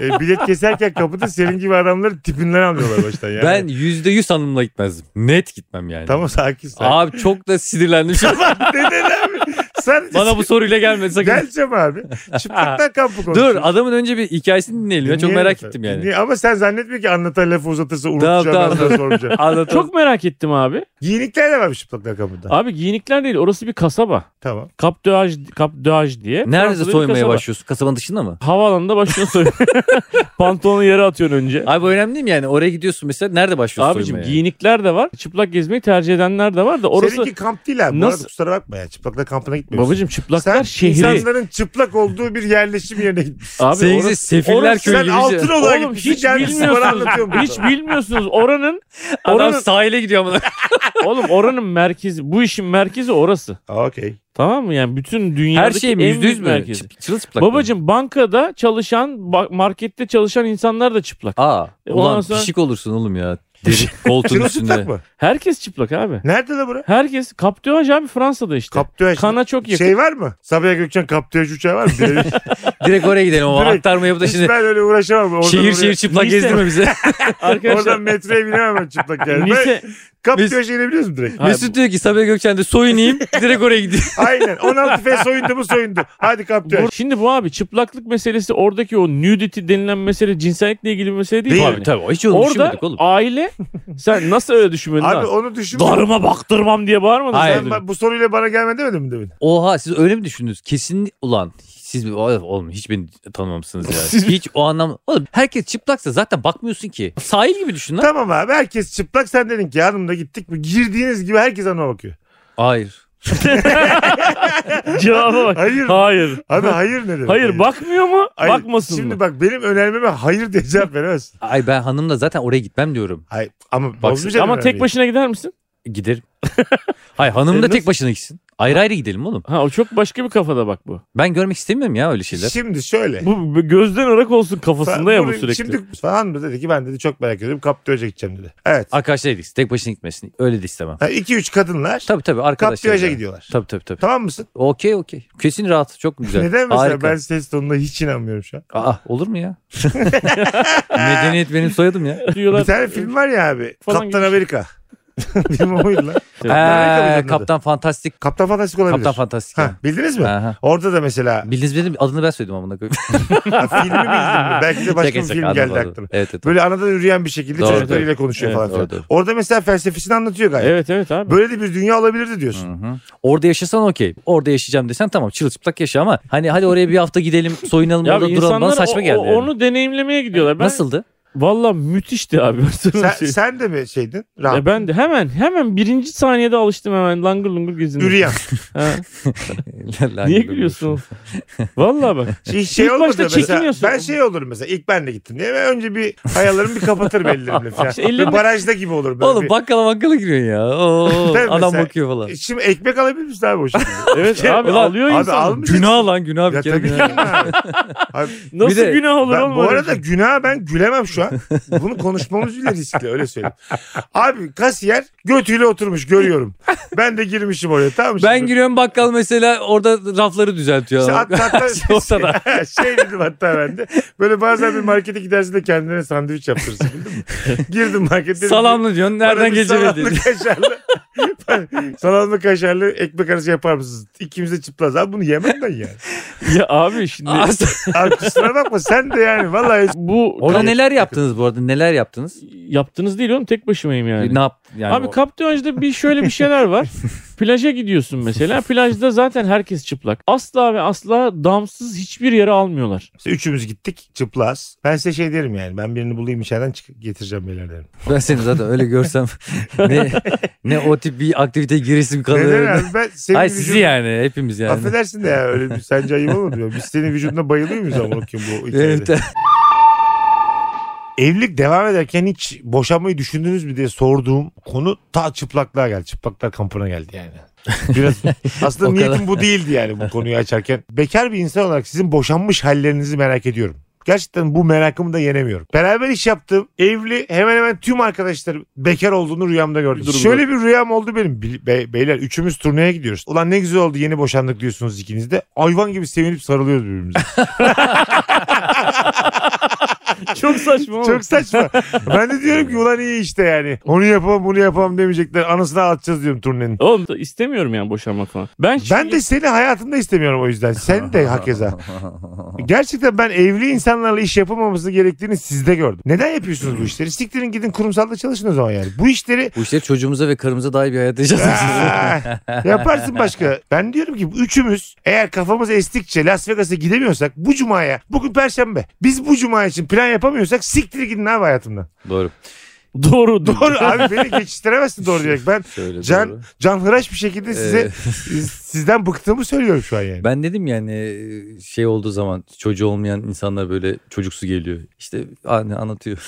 e, bilet keserken kapıda senin gibi adamları tipinden anlıyorlar baştan. Yani. Ben yüzde yüz hanımla gitmezdim. Net gitmem yani. Tamam sakin sen. Abi çok da sinirlendim. şu an. Neden abi? Sen Bana bu soruyla gelme sakın. Geleceğim abi. Çıplaklar kampı konuşuyoruz. Dur adamın önce bir hikayesini dinleyelim. ya. çok Dinleyelim merak sen. ettim yani. Dinleye- Ama sen zannetme ki anlatan lafı uzatırsa unutacağım tamam, ben sana tamam. sormayacağım. Anlatalım. Çok merak ettim abi. Giyinikler de varmış çıplaklar kampında. Abi giyinikler değil. Orası bir kasaba. Tamam. Cap de Hage, Cap de Hage diye. Nerede Fransa'da bir soymaya kasaba. başlıyorsun? Kasabanın dışında mı? Havaalanında başlıyorsun soymaya. Pantolonu yere atıyorsun önce. Abi bu önemli değil mi yani? Oraya gidiyorsun mesela nerede başlıyorsun Abicim soymaya? giyinikler de var. Çıplak gezmeyi tercih edenler de var da orası... Seninki kamp değil abi. Nasıl? Nasıl- Arada kusura bakma ya. Çıplaklar kampına gitmiyorsun. Babacım çıplaklar sen şehri. insanların çıplak olduğu bir yerleşim yerine gitmişsin. Abi Senin orası- sefiller orası- köyü Sen gibi. bir şey. altın olarak Oğlum gitmişsin. hiç gelmişsin bana anlatıyorsun. bilmiyorsunuz. Hiç bilmiyorsunuz. Oranın Adam oranın sahile gidiyor ama. oğlum oranın merkezi. Bu işin merkezi orası. Aa, Okey. Tamam mı? Yani bütün Her dünyadaki şey mi? en Yüzde yüz büyük mü? merkezi. Çı- Çırılçıplak. mı? Babacım bankada çalışan, ba- markette çalışan insanlar da çıplak. Aa. E, Ulan ondan sonra- pişik olursun oğlum ya. Deri, koltuğun üstünde. Çırılçıplak mı? Herkes çıplak abi. Nerede la bura? Herkes. Kaptiyaj abi Fransa'da işte. Kaptüaj. Kana çok yakın. Şey var mı? Sabiha Gökçen kaptüaj uçağı var mı? Böyle- Direkt oraya gidelim ama Direkt. aktarma yapıp da Hiç şimdi ben öyle uğraşamam. Oradan şehir oraya- şehir çıplak Neyse. gezdirme bize. Arkadaşlar. Oradan metroya binemem ben çıplak yani. Böyle Lise, kaptüaj inebiliyor musun direkt? Mesut diyor ki Sabiha Gökçen'de soyunayım direkt oraya gidiyor. Aynen. 16 fe soyundu mu soyundu. Hadi kaptüaj. Bu- şimdi bu abi çıplaklık meselesi oradaki o nudity denilen mesele cinsellikle ilgili bir mesele değil. Değil. abi. tabii hiç Orada aile sen nasıl öyle düşünmedin Abi abi? onu düşünme. Darıma baktırmam diye bağırmadın. Hayır. sen Sen bana. ba- bu soruyla bana gelme demedin mi demin? Oha siz öyle mi düşündünüz? Kesin ulan siz Ay, oğlum hiç beni tanımamışsınız ya. Siz- hiç o anlam. Oğlum herkes çıplaksa zaten bakmıyorsun ki. Sahil gibi düşün lan. Tamam abi herkes çıplak sen dedin ki hanımla gittik mi? Girdiğiniz gibi herkes ona bakıyor. Hayır. Cevaba bak. Hayır. Hayır. Abi hayır ne demek? Hayır bakmıyor mu? Hayır. Bakmasın Şimdi mı? bak benim önermeme hayır diye cevap veremezsin. Ay ben hanımla zaten oraya gitmem diyorum. Hayır ama şey Bak- bozmayacağım Ama önermeyi. tek başına gider misin? Giderim. Hayır hanım E, da nasıl- tek başına gitsin. Ayrı ayrı gidelim oğlum. Ha o çok başka bir kafada bak bu. Ben görmek istemiyorum ya öyle şeyler. Şimdi şöyle. Bu bu gözden ırak olsun kafasında ya bu Bunu- sürekli. Şimdi falan mı dedi ki ben dedi çok merak ediyorum kaptıraja gideceğim dedi. Evet. Arkadaşlar gitsin. Tek başına gitmesin. Öyle de istemem. 2-3 kadınlar Tabii tabii arkadaşlar. kaptıraja gidiyorlar. Tabii tabii tabii. Tamam mısın? Okey okey. Kesin rahat. Çok güzel. Neden mesela Harika. ben ses tonuna hiç inanmıyorum şu an. Aa olur mu ya? Medeniyet benim soyadım ya. Diyorlar, Bir tane film var ya abi. Falan Kaptan gibi. şey. Amerika. Bilmem oydu lan. Amerika mıydı Ee, adı? Kaptan Fantastik. Kaptan Fantastik olabilir. Kaptan Fantastik. Ha, bildiniz mi? Aha. Orada da mesela Bildiniz benim adını ben söyledim amına koyayım. ha, filmi bildin mi? Belki de başka Şaka bir şaka, film anladım, geldi anladım. aklına. Evet evet. Böyle anadan yürüyen bir şekilde Doğru, çocuklarıyla konuşuyor Evet, falan. doğru, filan. doğru. Orada mesela felsefesini anlatıyor gayet. Evet evet abi. Böyle de bir dünya olabilirdi diyorsun. Hı hı. Orada yaşasan okey. Orada yaşayacağım desen tamam çırılçıplak yaşa ama hani hadi oraya bir hafta gidelim soyunalım Ya orada duralım bana insanlar saçma o- geldi. o- yani. onu deneyimlemeye gidiyorlar. Ben, Nasıldı? Valla müthişti abi. Sen, Sen, sen de mi şeydin? Rahat. E Şey- ben de hemen hemen birinci saniyede alıştım hemen langır lungur gezindim. Üreyen. Ha. Lan Niye gülüyorum. gülüyorsun? Valla bak. Şey, şey İlk olur başta da mesela. çekiniyorsun. Ben şey olurum mesela. İlk ben de gittim diye. Ben önce bir hayalarımı bir kapatırım ellerimle falan. İşte ellerini- Bir barajda gibi olur. Böyle Oğlum bir- bakkala bakkala giriyorsun ya. Oo, Tabii adam mesela- bakıyor falan. Şimdi ekmek alabilir misin abi o şimdi? Evet abi Ulan, alıyor Şey, abi insan. al- almayacaksın. Günah lan ya günah bir kere tabii ki günah. abi. Abi Bir Nasıl de günah olur ben, oğlum bu öyle arada şey? günah ben gülemem şu şu an. Bunu konuşmamız bile riskli öyle söyleyeyim. Abi kasiyer götüyle oturmuş görüyorum. Ben de girmişim oraya tamam mı? Ben Şimdi- giriyorum bakkal mesela orada rafları düzeltiyor. İşte adam. hatta, hatta Ortada. şey dedim hatta ben de. Böyle bazen bir markete gidersin de kendine sandviç yaptırırsın bildin mi? Girdim markete. dedim ki, salamlı diyorsun. "Bana Nereden bir geçemedi? Şey, Salamlı kaşarlı. salamlı kaşarlı ekmek arası yapar mısınız? İkimiz de çıplaz. Abi bunu yemem ben yani. şey? Ya abi şimdi Abi kusura bakma sen de yani. Vallahi bu Orada kap- neler yaptınız bu arada? Neler yaptınız? yaptınız değil oğlum tek başımayım yani. Ne yap yani? abi o- kaptancıda bir şöyle bir şeyler var. Plaja gidiyorsun mesela. Plajda zaten herkes çıplak. Asla ve asla damsız hiçbir yere almıyorlar. İşte üçümüz gittik çıplaz. Ben size şey derim yani. Ben birini bulayım içeriden çık- getireceğim beyler derim. ben seni zaten öyle görsem ne ne o tip bir aktiviteye giresim Neden kalır. abi ben senin Ay vücudun- sizi yani hepimiz yani. Affedersin de ya öyle bir sence ayıp olmadı mı? Biz senin vücuduna bayılıyor muyuz ama bakayım bu hikayede? Evet. Evlilik devam ederken hiç boşanmayı düşündünüz mü diye sorduğum konu ta çıplaklığa geldi. Çıplaklar kampına geldi yani. Biraz aslında O kadar. niyetim bu değildi yani bu konuyu açarken. Bekar bir insan olarak sizin boşanmış hallerinizi merak ediyorum. Gerçekten bu merakımı da yenemiyorum. Beraber iş yaptığım evli hemen hemen tüm arkadaşlarım bekar olduğunu rüyamda gördüm. Dur, dur. Şöyle bir rüyam oldu benim. Bil- be- beyler üçümüz turneye gidiyoruz. Ulan ne güzel oldu yeni boşandık diyorsunuz ikiniz de. Hayvan gibi sevinip sarılıyoruz birbirimize. Çok saçma ama. Çok saçma. ben de diyorum ki ulan iyi işte yani. Onu yapamam bunu yapamam demeyecekler. Anasını atacağız diyorum turnenin. Oğlum da istemiyorum yani boşanmak falan. Ben, Ben şimdi- de seni hayatımda istemiyorum o yüzden. Sen de hakeza. Gerçekten ben evli insanlarla iş yapamaması gerektiğini sizde gördüm. Neden yapıyorsunuz bu işleri? Siktirin gidin kurumsalda çalışın o zaman yani. Bu işleri Bu işleri çocuğumuza ve karımıza daha iyi bir hayat yaşayacağız. Aa, yaparsın başka. Ben diyorum ki üçümüz eğer kafamız estikçe Las Vegas'a gidemiyorsak bu cumaya bugün perşembe biz bu cuma için plan yapamıyorsak siktir gidin abi hayatımdan. Doğru. doğru. Doğru abi beni geçiştiremezsin doğru diyerek. Ben Şöyle Can- doğru. canhıraş bir şekilde size sizden bıktığımı söylüyorum şu an yani. Ee, Ben dedim yani şey olduğu zaman çocuğu olmayan insanlar böyle çocuksu geliyor. İşte anne anlatıyor.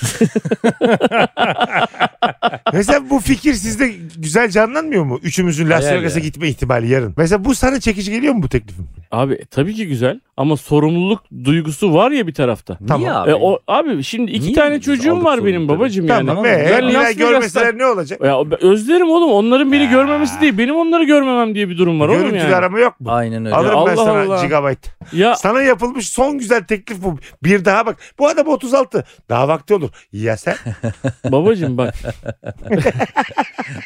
Mesela bu fikir sizde güzel canlanmıyor mu? Üçümüzün Las Hayal Vegas'a ya. gitme ihtimali yarın. Mesela bu sana çekici geliyor mu bu teklifim? Abi e, tabii ki güzel ama sorumluluk duygusu var ya bir tarafta. Tamam. Niye abi? Abi, e, o, abi şimdi iki Niye tane biz çocuğum aldık var sorumluluğu benim tabii? babacığım yani. Tamam. Ee, Ben bir Las daha Vegas'ta- görmeseler ne olacak? Ya ben özlerim oğlum. Onların beni görmemesi değil. Benim onları görmemem diye bir durum var oğlum Görüntülü yani. arama yok mu? Aynen öyle. Alırım ben Allah sana Allah. gigabyte. Ya Sana yapılmış son güzel teklif bu. Bir daha bak. Bu adam 36. Daha vakti olur. Ya sen? babacığım bak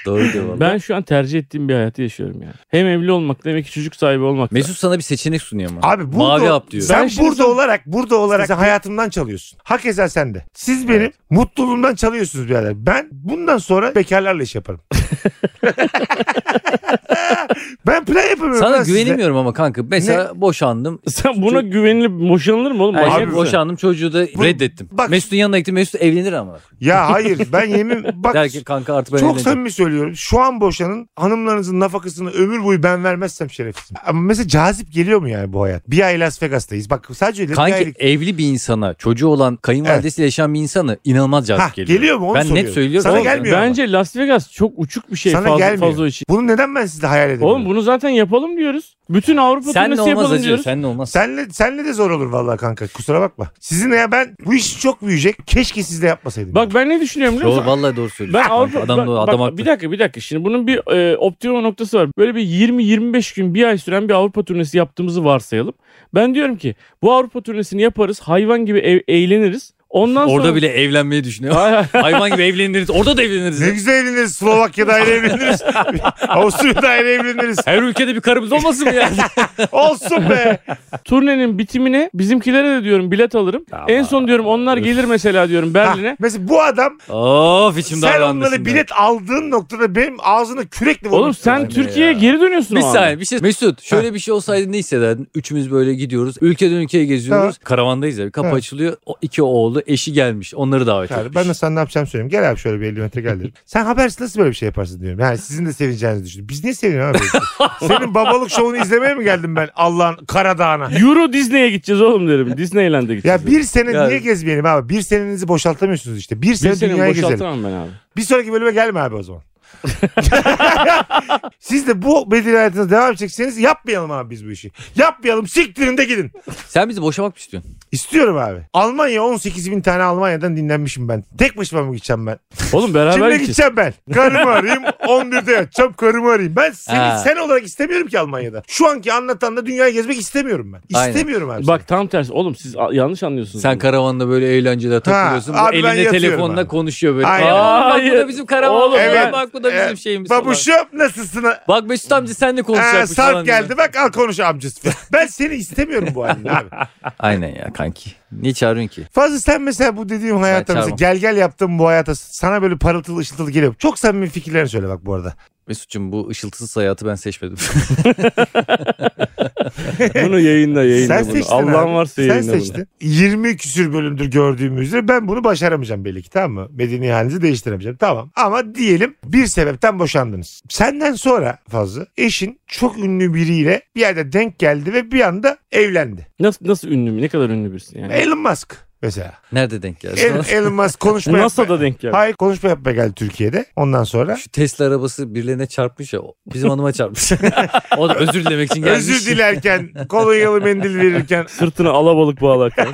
Doğru diyor vallahi. ben şu an tercih ettiğim bir hayatı yaşıyorum yani. Hem evli olmak demek ki çocuk sahibi olmak. Mesut sana bir seçenek sunuyor mu? Abi burada, Mavi hap diyor. sen Ben şimdi burada sana- olarak burada olarak sen hayatımdan çalıyorsun. Hakeza sen de. Siz benim mutluluğumdan çalıyorsunuz birader. Ben bundan sonra bekarlarla iş yaparım. ben plan yapamıyorum. Sana lan size. güvenemiyorum ama kanka. Mesela boşandım. Sen buna güvenilip boşanılır mı oğlum? şey. Erkek Manyak mısın? boşandım çocuğu da Bu- reddettim. bak- Mesut'un yanına gittim. Mesut evlenir ama. Ya hayır ben yemin bak Der ki kanka artık ben çok evleneceğim. samimi söylüyorum. Şu an boşanın hanımlarınızın nafakasını ömür boyu ben vermezsem şerefsizim. Ama mesela cazip geliyor mu yani bu hayat? Bir ay Las Vegas'tayız. Bak sadece öyle bir Kanki aylık. evli bir insana, çocuğu olan kayınvalidesiyle yaşayan bir insana inanılmaz Hah, cazip geliyor. geliyor mu? Onu ben soruyorum. net söylüyorum. Sana Oğlum, gelmiyor. Bence Las Vegas çok uçuk bir şey Sana fazla, gelmiyor. fazla için. Bunu neden ben sizde hayal edemiyorum? Oğlum bunu zaten yapalım diyoruz. Bütün Avrupa Senle turnesi olmaz yapalım acı. diyoruz. Senle olmaz. Senle, senle de zor olur vallahi kanka. Kusura bakma. Sizin ya ben bu iş çok büyüyecek. Keşke siz de yapmasaydım. Bak ben ne düşünüyorum biliyor musun? Doğru vallahi doğru söylüyorsun. Ben Kanka, Avrupa adam bak- doğru, bak, adam haklı. bir dakika bir dakika. Şimdi bunun bir e, optimum noktası var. Böyle bir 20-25 gün bir ay süren bir Avrupa turnesi yaptığımızı varsayalım. Ben diyorum ki bu Avrupa turnesini yaparız. Hayvan gibi ev- eğleniriz. Ondan sonra Orada bile evlenmeyi düşünüyor. Hayır, hayır. Hayvan gibi evleniriz. Orada da evleniriz. ne güzel evleniriz. Slovakya'da ayrı evleniriz. Avusturya'da ayrı evleniriz. Her ülkede bir karımız olmasın mı yani? Olsun be. turnenin bitimine bizimkilere de diyorum bilet alırım. En son diyorum onlar gelir mesela diyorum Ha, Berlin'e. mesela bu adam of içimde sen hayvanlasın onları ben. bilet aldığın noktada benim ağzına kürekle Oğlum vurmuşsun. sen Yani Türkiye'ye ya. geri dönüyorsun Bir o an. saniye bir şey. Mesut şöyle bir şey olsaydı ne hissederdin? Üçümüz böyle gidiyoruz. Ülkeden ülkeye geziyoruz. Karavandayız ya. Kapı Ha. açılıyor. O iki oğlu eşi gelmiş. Onları davet Yani etmiş. ben de sana ne yapacağımı söyleyeyim. Gel abi şöyle bir 50 metre gel dedim. Sen habersiz nasıl böyle bir şey yaparsın diyorum. Yani sizin de sevineceğinizi düşündüm. Biz niye seviniyoruz abi? Senin babalık şovunu izlemeye mi geldim ben Allah'ın Karadağ'ına? Euro Disney'e gideceğiz oğlum derim. Disneyland'e gideceğiz. Ya bir sene Yani- niye gezmeyelim abi? Bir senenizi boşaltamıyorsunuz işte. Bir sene, bir sene dünyaya gezelim. boşaltamam ben abi. Bir sonraki bölüme gelme abi o zaman. Siz de bu bedel hayatınızda devam edecekseniz yapmayalım abi biz bu işi. Yapmayalım siktirin de gidin. Sen bizi boşamak mı istiyorsun? İstiyorum abi. Almanya 18 bin tane Almanya'dan dinlenmişim ben. Tek başıma mı gideceğim ben? Oğlum Kimle beraber gideceğiz. gideceğim ben? Karımı arayayım 11'de yatacağım karımı arayayım. Ben seni Ha. sen olarak istemiyorum ki Almanya'da. Şu anki anlatanla dünyayı gezmek istemiyorum ben. Aynen. İstemiyorum abi. Bak tam tersi. Oğlum siz a- yanlış anlıyorsunuz. Sen bunu. karavanla böyle eğlenceler takılıyorsun. abi bu ben elinde yatıyorum telefonla abi. konuşuyor böyle. Aynen. Aa, bak bu da Hayır. bizim karavan. Oğlum, evet. evet. Bak bu da bizim Evet. şeyimiz. falan. Babuşum nasılsın? Bak Mesut amca sen de Ee, konuşacakmış. Sarp falan diyor. geldi bak al konuş amcası. ben seni istemiyorum bu halinde abi. Aynen ya kanki. Niye çağırıyorsun ki? Fazla sen mesela bu dediğim hayata Ben mesela gel gel yaptığım bu hayata sana böyle parıltılı ışıltılı geliyor. Çok samimi fikirlerini söyle bak bu arada. Mesut'cum bu ışıltısız hayatı ben seçmedim. Bunu yayında yayında sen bunu. seçtin Allah'ın abi. varsa Sen yayında bunu. seçtin. 20 küsür bölümdür gördüğümüz üzere ben bunu başaramayacağım belli ki tamam mı? Medeni halinizi değiştiremeyeceğim tamam. Ama diyelim bir sebepten boşandınız. Senden sonra fazla eşin çok ünlü biriyle bir yerde denk geldi ve bir anda evlendi. Nasıl, nasıl ünlü mü? Ne kadar ünlü birisin yani? Elon Musk mesela. Nerede denk geldi? Elon, Elon Musk konuşma yapma- NASA'da denk geldi. Hayır konuşma yapmaya geldi Türkiye'de. Ondan sonra Şu Tesla arabası birilerine çarpmış ya. Bizim hanıma çarpmış. o da özür dilemek için gelmiş. özür dilerken kolonyalı mendil verirken Sırtına alabalık bağlarken.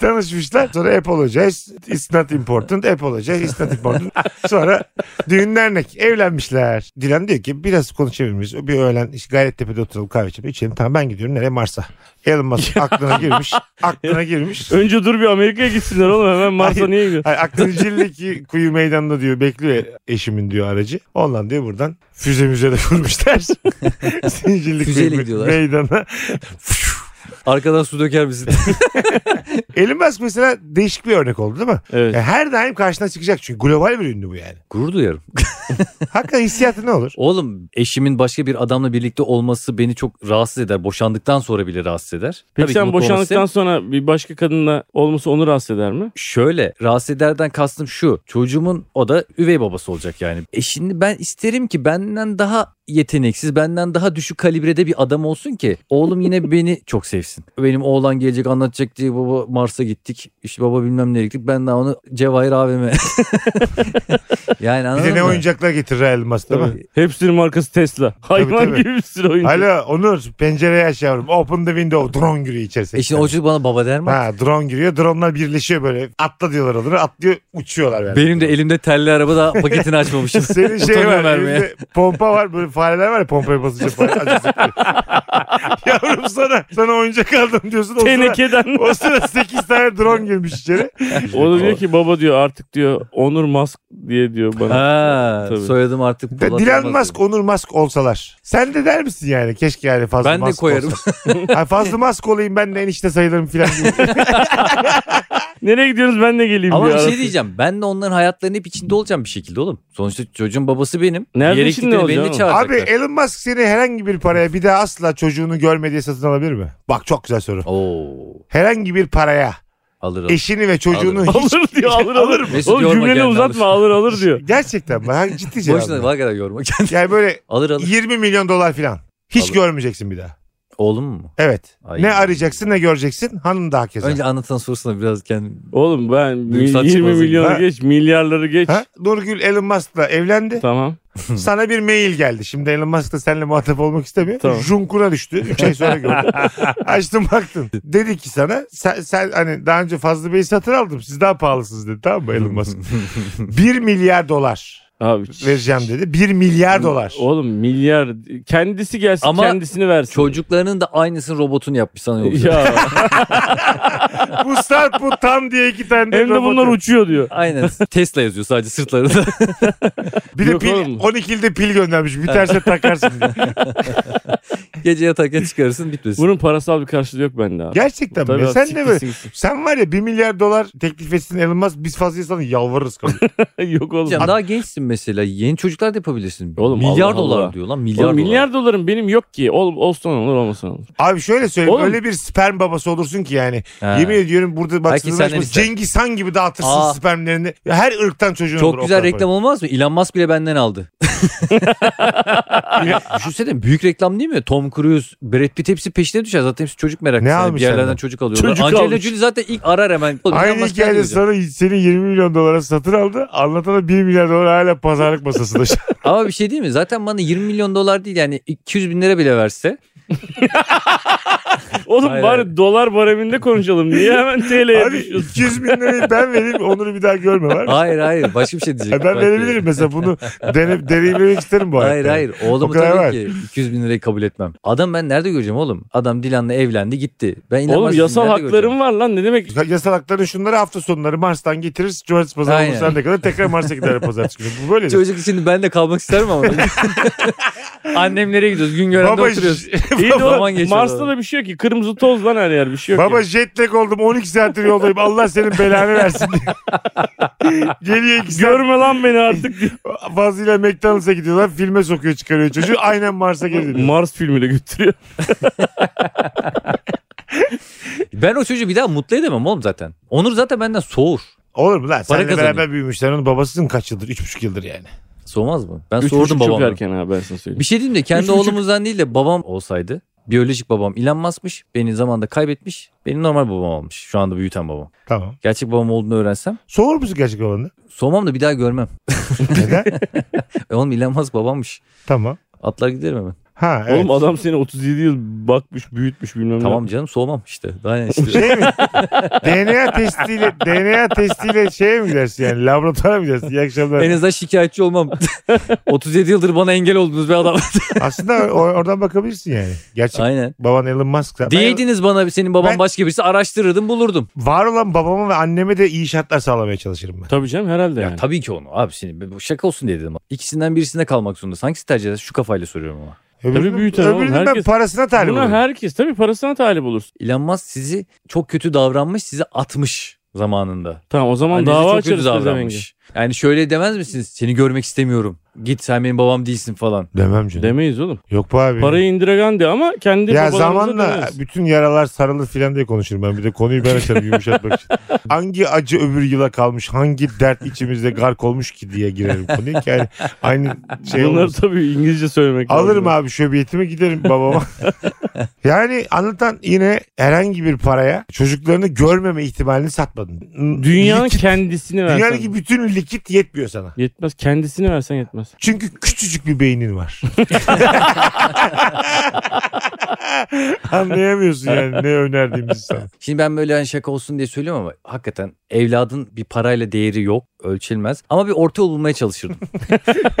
tanışmışlar. Sonra apologize. It's not important. Apologize. It's not important. Sonra düğün dernek. Evlenmişler. Dilan diyor ki biraz konuşabilir miyiz? Bir öğlen işte Gayrettepe'de oturalım kahve içelim. içelim. Tamam ben gidiyorum. Nereye? Mars'a. Elon Musk aklına girmiş. Aklına girmiş. Önce dur bir Amerika'ya gitsinler oğlum hemen Mars'a Hayır. niye gidiyor? Ay, aklını cildeki kuyu meydanında diyor bekliyor eşimin diyor aracı. Ondan diyor buradan füze müze de kurmuşlar. Zincirlik Füzeyle kuyu gidiyorlar. meydana. Arkadan su döker misin? Elon Musk mesela değişik bir örnek oldu değil mi? Evet. Yani her daim karşına çıkacak çünkü global bir ünlü bu yani. Gurur duyarım. Hakikaten hissiyatı ne olur? Oğlum eşimin başka bir adamla birlikte olması beni çok rahatsız eder. Boşandıktan sonra bile rahatsız eder. Peki ki sen mutlu olmak boşandıktan isterim. sonra bir başka kadınla olması onu rahatsız eder mi? Şöyle rahatsız ederden kastım şu. Çocuğumun o da üvey babası olacak yani. E şimdi ben isterim ki benden daha yeteneksiz, benden daha düşük kalibrede bir adam olsun ki oğlum yine beni çok sevsin. Benim oğlan gelecek anlatacak diye baba Mars'a gittik. İşte baba bilmem nereye gittik. Ben daha onu Cevahir abime. yani Bir anladın de ne mı? oyuncaklar getirir Elon Musk değil mi? Tabii. Hepsinin markası Tesla. Hayvan tabii. gibi bir sürü oyuncu. Alo Onur pencereyi aç yavrum. Open the window. Drone giriyor içerisine. E şimdi o çocuk bana baba der mi? Ha drone giriyor. Drone'lar birleşiyor böyle. Atla diyorlar onları. Atlıyor uçuyorlar. Yani. Benim de elimde telli araba da paketini açmamışım. Senin şey Utanıyorum var. vermeye. elinde pompa var. Böyle fareler var ya pompaya basınca. Fare, acısı. yavrum sana. Sana oyuncak aldım diyorsun. O sıra, Tenekeden. o sıra 8 tane drone girmiş içeri. o da diyor ki baba diyor artık diyor Onur Musk diye diyor bana. Ha, Tabii. soyadım artık Ve Polat Dilan olmaz Musk, Onur Musk olsalar. Sen de der misin yani? Keşke yani fazla Ben de Musk koyarım. olsa. Ay fazla mask olayım ben de enişte sayılırım filan gibi. Nereye gidiyoruz ben de geleyim Ama diyor. bir şey arada. diyeceğim. Ben de onların hayatlarının hep içinde olacağım bir şekilde oğlum. Sonuçta çocuğun babası benim. Nerede Bir yere içinde gittikleri olacaksın beni de oğlum? çağıracaklar. Abi e- Elon Musk seni herhangi bir paraya bir daha asla çocuğunu görme diye satın alabilir mi? Bak çok güzel soru. Oo, Herhangi bir paraya alır alır. eşini ve çocuğunu Alırım. hiç... Alır diyor alır alır. Mesut Oğlum yorma cümleni kendini, uzatma alır alır diyor. Gerçekten ben ciddi Boşuna cevap. var kadar yorma kendini. Yani böyle Alır alır. 20 milyon dolar filan. Hiç Alır. görmeyeceksin bir daha. Oğlum mu? Evet. Ay. Ne arayacaksın ne göreceksin. Hanım da hakeza. Önce anlatan sorusuna biraz kendim. Oğlum ben Büyük saçma 20 zengin. Ha? milyonu geç milyarları geç. Ha? Nurgül Elon Musk'la evlendi. Tamam. Sana bir mail geldi. Şimdi Elon Musk da seninle muhatap olmak istemiyor. Tamam. Junkuna düştü. 3 ay sonra gördüm. Açtım baktım. Dedi ki sana sen, sen hani daha önce Fazlı Bey'i satın aldım. Siz daha pahalısınız dedi tamam mı Elon Musk? 1 milyar dolar Abi vereceğim dedi. 1 milyar dolar. Oğlum milyar kendisi gelsin Ama kendisini versin. Çocuklarının da aynısını robotunu yapmış sana yolcu. ya bu start bu tam diye iki tane de hem de robot bunlar yok. uçuyor diyor. Aynen. Tesla yazıyor sadece sırtlarında. Bir de Yok pil, oğlum. 12'de pil göndermiş. Biterse takarsın. diye. Gece yatarken çıkarırsın bitmesin. Bunun parasal bir karşılığı yok bende abi. Gerçekten Tabii mi? abi, Sen siktir de böyle. siktir. Sen var ya 1 milyar dolar teklif etsin Elon Musk biz Fazlı'ya sana yalvarırız. kabul. yok oğlum. Hocam daha gençsin mesela. Yeni çocuklar da yapabilirsin. Oğlum milyar Allah dolar Allah. diyor lan milyar Oğlum, dolar. milyar dolarım benim yok ki. Ol, olsun olur olmasın olur. Abi şöyle söyleyeyim. Oğlum. Öyle bir sperm babası olursun ki yani. Ha. Yemin ediyorum burada bak Belki sınırlaşma- senden ister. Cengiz Han gibi dağıtırsın Aa. spermlerini. Her ırktan çocuğun olur Çok o güzel kadar reklam olmaz mı? Elon Musk bile benden aldı. Ya, Düşünsene büyük reklam değil mi? Tom Cruise, Brad Pitt hepsi peşine düşer. Zaten hepsi çocuk meraklısı. Ne Yani almış Bir yerlerden senden? çocuk alıyorlar. Çocuk Angelina almış. Jolie zaten ilk arar hemen. Oğlum, para. Elon Aynı Musk hikayede geldi sana seni 20 milyon dolara satın aldı. Anlatana 1 milyar dolar hala Hala pazarlık masasında. Ama bir şey değil mi? Zaten bana 20 milyon dolar değil yani 200 bin lira bile verse. Oğlum Hayır, bari hayır. dolar bareminde konuşalım. Niye hemen TL'ye Abi düşüyorsun? 200 bin lirayı ben vereyim Onur'u bir daha görme var. mı? Hayır hayır başka bir şey diyecek. Ya E ben Bak, verebilirim mesela bunu deneyip deneyimlemek isterim bu hayatta. Hayır hayır O oğlumu kadar tabii var. ki 200 bin lirayı kabul etmem. Adam ben nerede göreceğim oğlum? Adam Dilan'la evlendi gitti. Ben Oğlum inanmazsın, yasal nerede haklarım var lan ne demek? Yasal hakların şunları hafta sonları Mars'tan getiririz. Cumartesi pazar Aynen. Mars'tan ne kadar tekrar Mars'a gider pazartesi günü. Bu böyle. göreceğim? Çocuk için ben de kalmak isterim ama. Annemlere gidiyoruz gün görende Baba, oturuyoruz. İyi de Zaman oğlum, geçiyor Mars'ta adam. da bir şey yok ki. Kırmızı toz lan her yer bir şey yok. Baba ki. jet lag oldum 12 saattir yoldayım Allah senin belanı versin diye. Geliyor iki saat Görme lan beni artık. diye. fazlıyla McDonald's'a gidiyorlar filme sokuyor çıkarıyor çocuğu aynen Mars'a geri dönüyor. Mars filmiyle götürüyor. Ben o çocuğu bir daha mutlu edemem oğlum zaten. Onur zaten benden soğur. Olur mu lan? Para Seninle kazanıyor. beraber büyümüşler. Onun babasının kaç yıldır? 3,5 yıldır yani. Soğumaz mı? Ben Üç buçuk soğurdum Çok babamdan. erken abi ben sana söyleyeyim. Bir şey diyeyim de Üç kendi buçuk- oğlumuzdan değil de babam olsaydı. Biyolojik babam Elon Musk'mış. Beni zamanda kaybetmiş. Beni normal babam almış. Şu anda büyüten babam. Tamam. Gerçek babam olduğunu öğrensem Soğur musun gerçek olanı? soğumam da bir daha görmem. Neden? E oğlum Elon Musk babammış. tamam. Atlar giderim hemen. Ha evet. Oğlum adam seni 37 yıl bakmış büyütmüş bilmem ne. Tamam canım soğumam işte. Daha ne işte. Şey mi? DNA testiyle DNA testiyle şeye mi gidersin yani laboratuvara mı gidersin? İyi akşamlar. en azından şikayetçi olmam. 37 yıldır bana engel oldunuz be adam. Aslında or- oradan bakabilirsin yani. Gerçek Aynen. baban Elon Musk. Ben- Diyeydiniz bana senin baban Ben- başka birisi araştırırdım bulurdum. var olan babama ve anneme de iyi şartlar sağlamaya çalışırım ben. Tabii canım herhalde yani. Tabii ki onu abi şimdi bu şaka olsun diye dedim. İkisinden birisinde kalmak zorunda. Hangisi tercih edersin? Şu kafayla soruyorum ama. Öbürünün- büyüten oğlum, öbürünün ben herkes- parasına talip Buna olurum. herkes tabii parasına talip olursun. Elon Musk sizi çok kötü davranmış sizi atmış zamanında. Tamam o zaman Annesi dava çok kötü açarız pezevengi. davranmış. Yani şöyle demez misiniz? Seni görmek istemiyorum. Git sen benim babam değilsin falan. Demem canım. Demeyiz oğlum. Yok be abi. Parayı indiragandi ama kendi ya babalarımıza zamanla döneriz. bütün yaralar sarılır filan diye konuşurum ben. Bir de konuyu ben açarım yumuşatmak için. Hangi acı öbür yıla kalmış, hangi dert içimizde gark olmuş ki diye girerim konuya ki. Yani aynı şey Bunları olmasın. tabii İngilizce söylemek Alırım lazım. abi şöbiyetimi giderim babama. yani anlatan yine herhangi bir paraya çocuklarını görmeme ihtimalini satmadın. Dünyanın Likit- kendisini versen. Dünyadaki bütün likit yetmiyor sana. Yetmez. Kendisini versen yetmez. Çünkü küçücük bir beynin var. Anlayamıyorsun yani ne önerdiğimizi sana. Şimdi ben böyle hani şaka olsun diye söylüyorum ama hakikaten evladın bir parayla değeri yok. Ölçülmez. Ama bir orta yol bulmaya çalışırdım.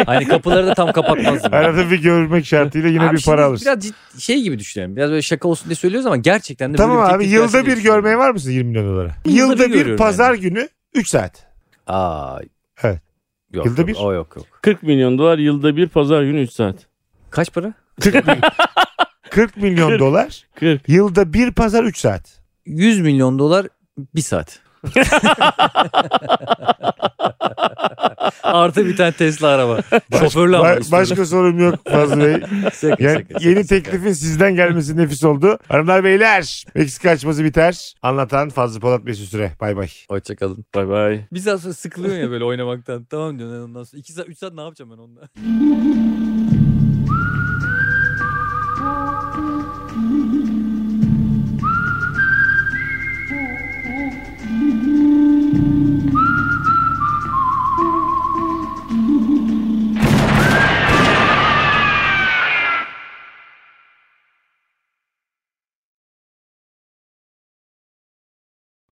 hani kapıları da tam kapatmazdım. Arada bir görmek şartıyla yine Abi bir şimdi para alırsın. Biraz cid- şey gibi düşünelim. Biraz böyle şaka olsun diye söylüyoruz ama gerçekten de Tamam böyle abi teklif gelse yılda diye bir şey düşünüyorum. görmeye var mısın 20 milyon dolara? Yılda Yılda, bir bir görüyorum pazar günü 3 saat. Aa. Evet. Yok, Yılda yok, bir. O yok yok. 40 milyon dolar yılda bir pazar günü 3 saat. Kaç para? 40, mi- 40 milyon Kırk. dolar 40. yılda bir pazar 3 saat. 100 milyon dolar bir saat. Artı bir tane Tesla araba. Şoförlü ama. Ba- üstüne. başka sorum yok Fazıl Bey. Şaka, Yani şaka, şaka, yeni şaka. teklifin sizden gelmesi nefis oldu. Hanımlar beyler Meksika açması biter. Anlatan Fazlı Polat Mesut Süre. Bay bay. Hoşçakalın. Bay bay. Bir saat sonra sıkılıyorsun ya böyle oynamaktan. Tamam diyorsun ondan sonra. 2 saat 3 saat ne yapacağım ben onunla?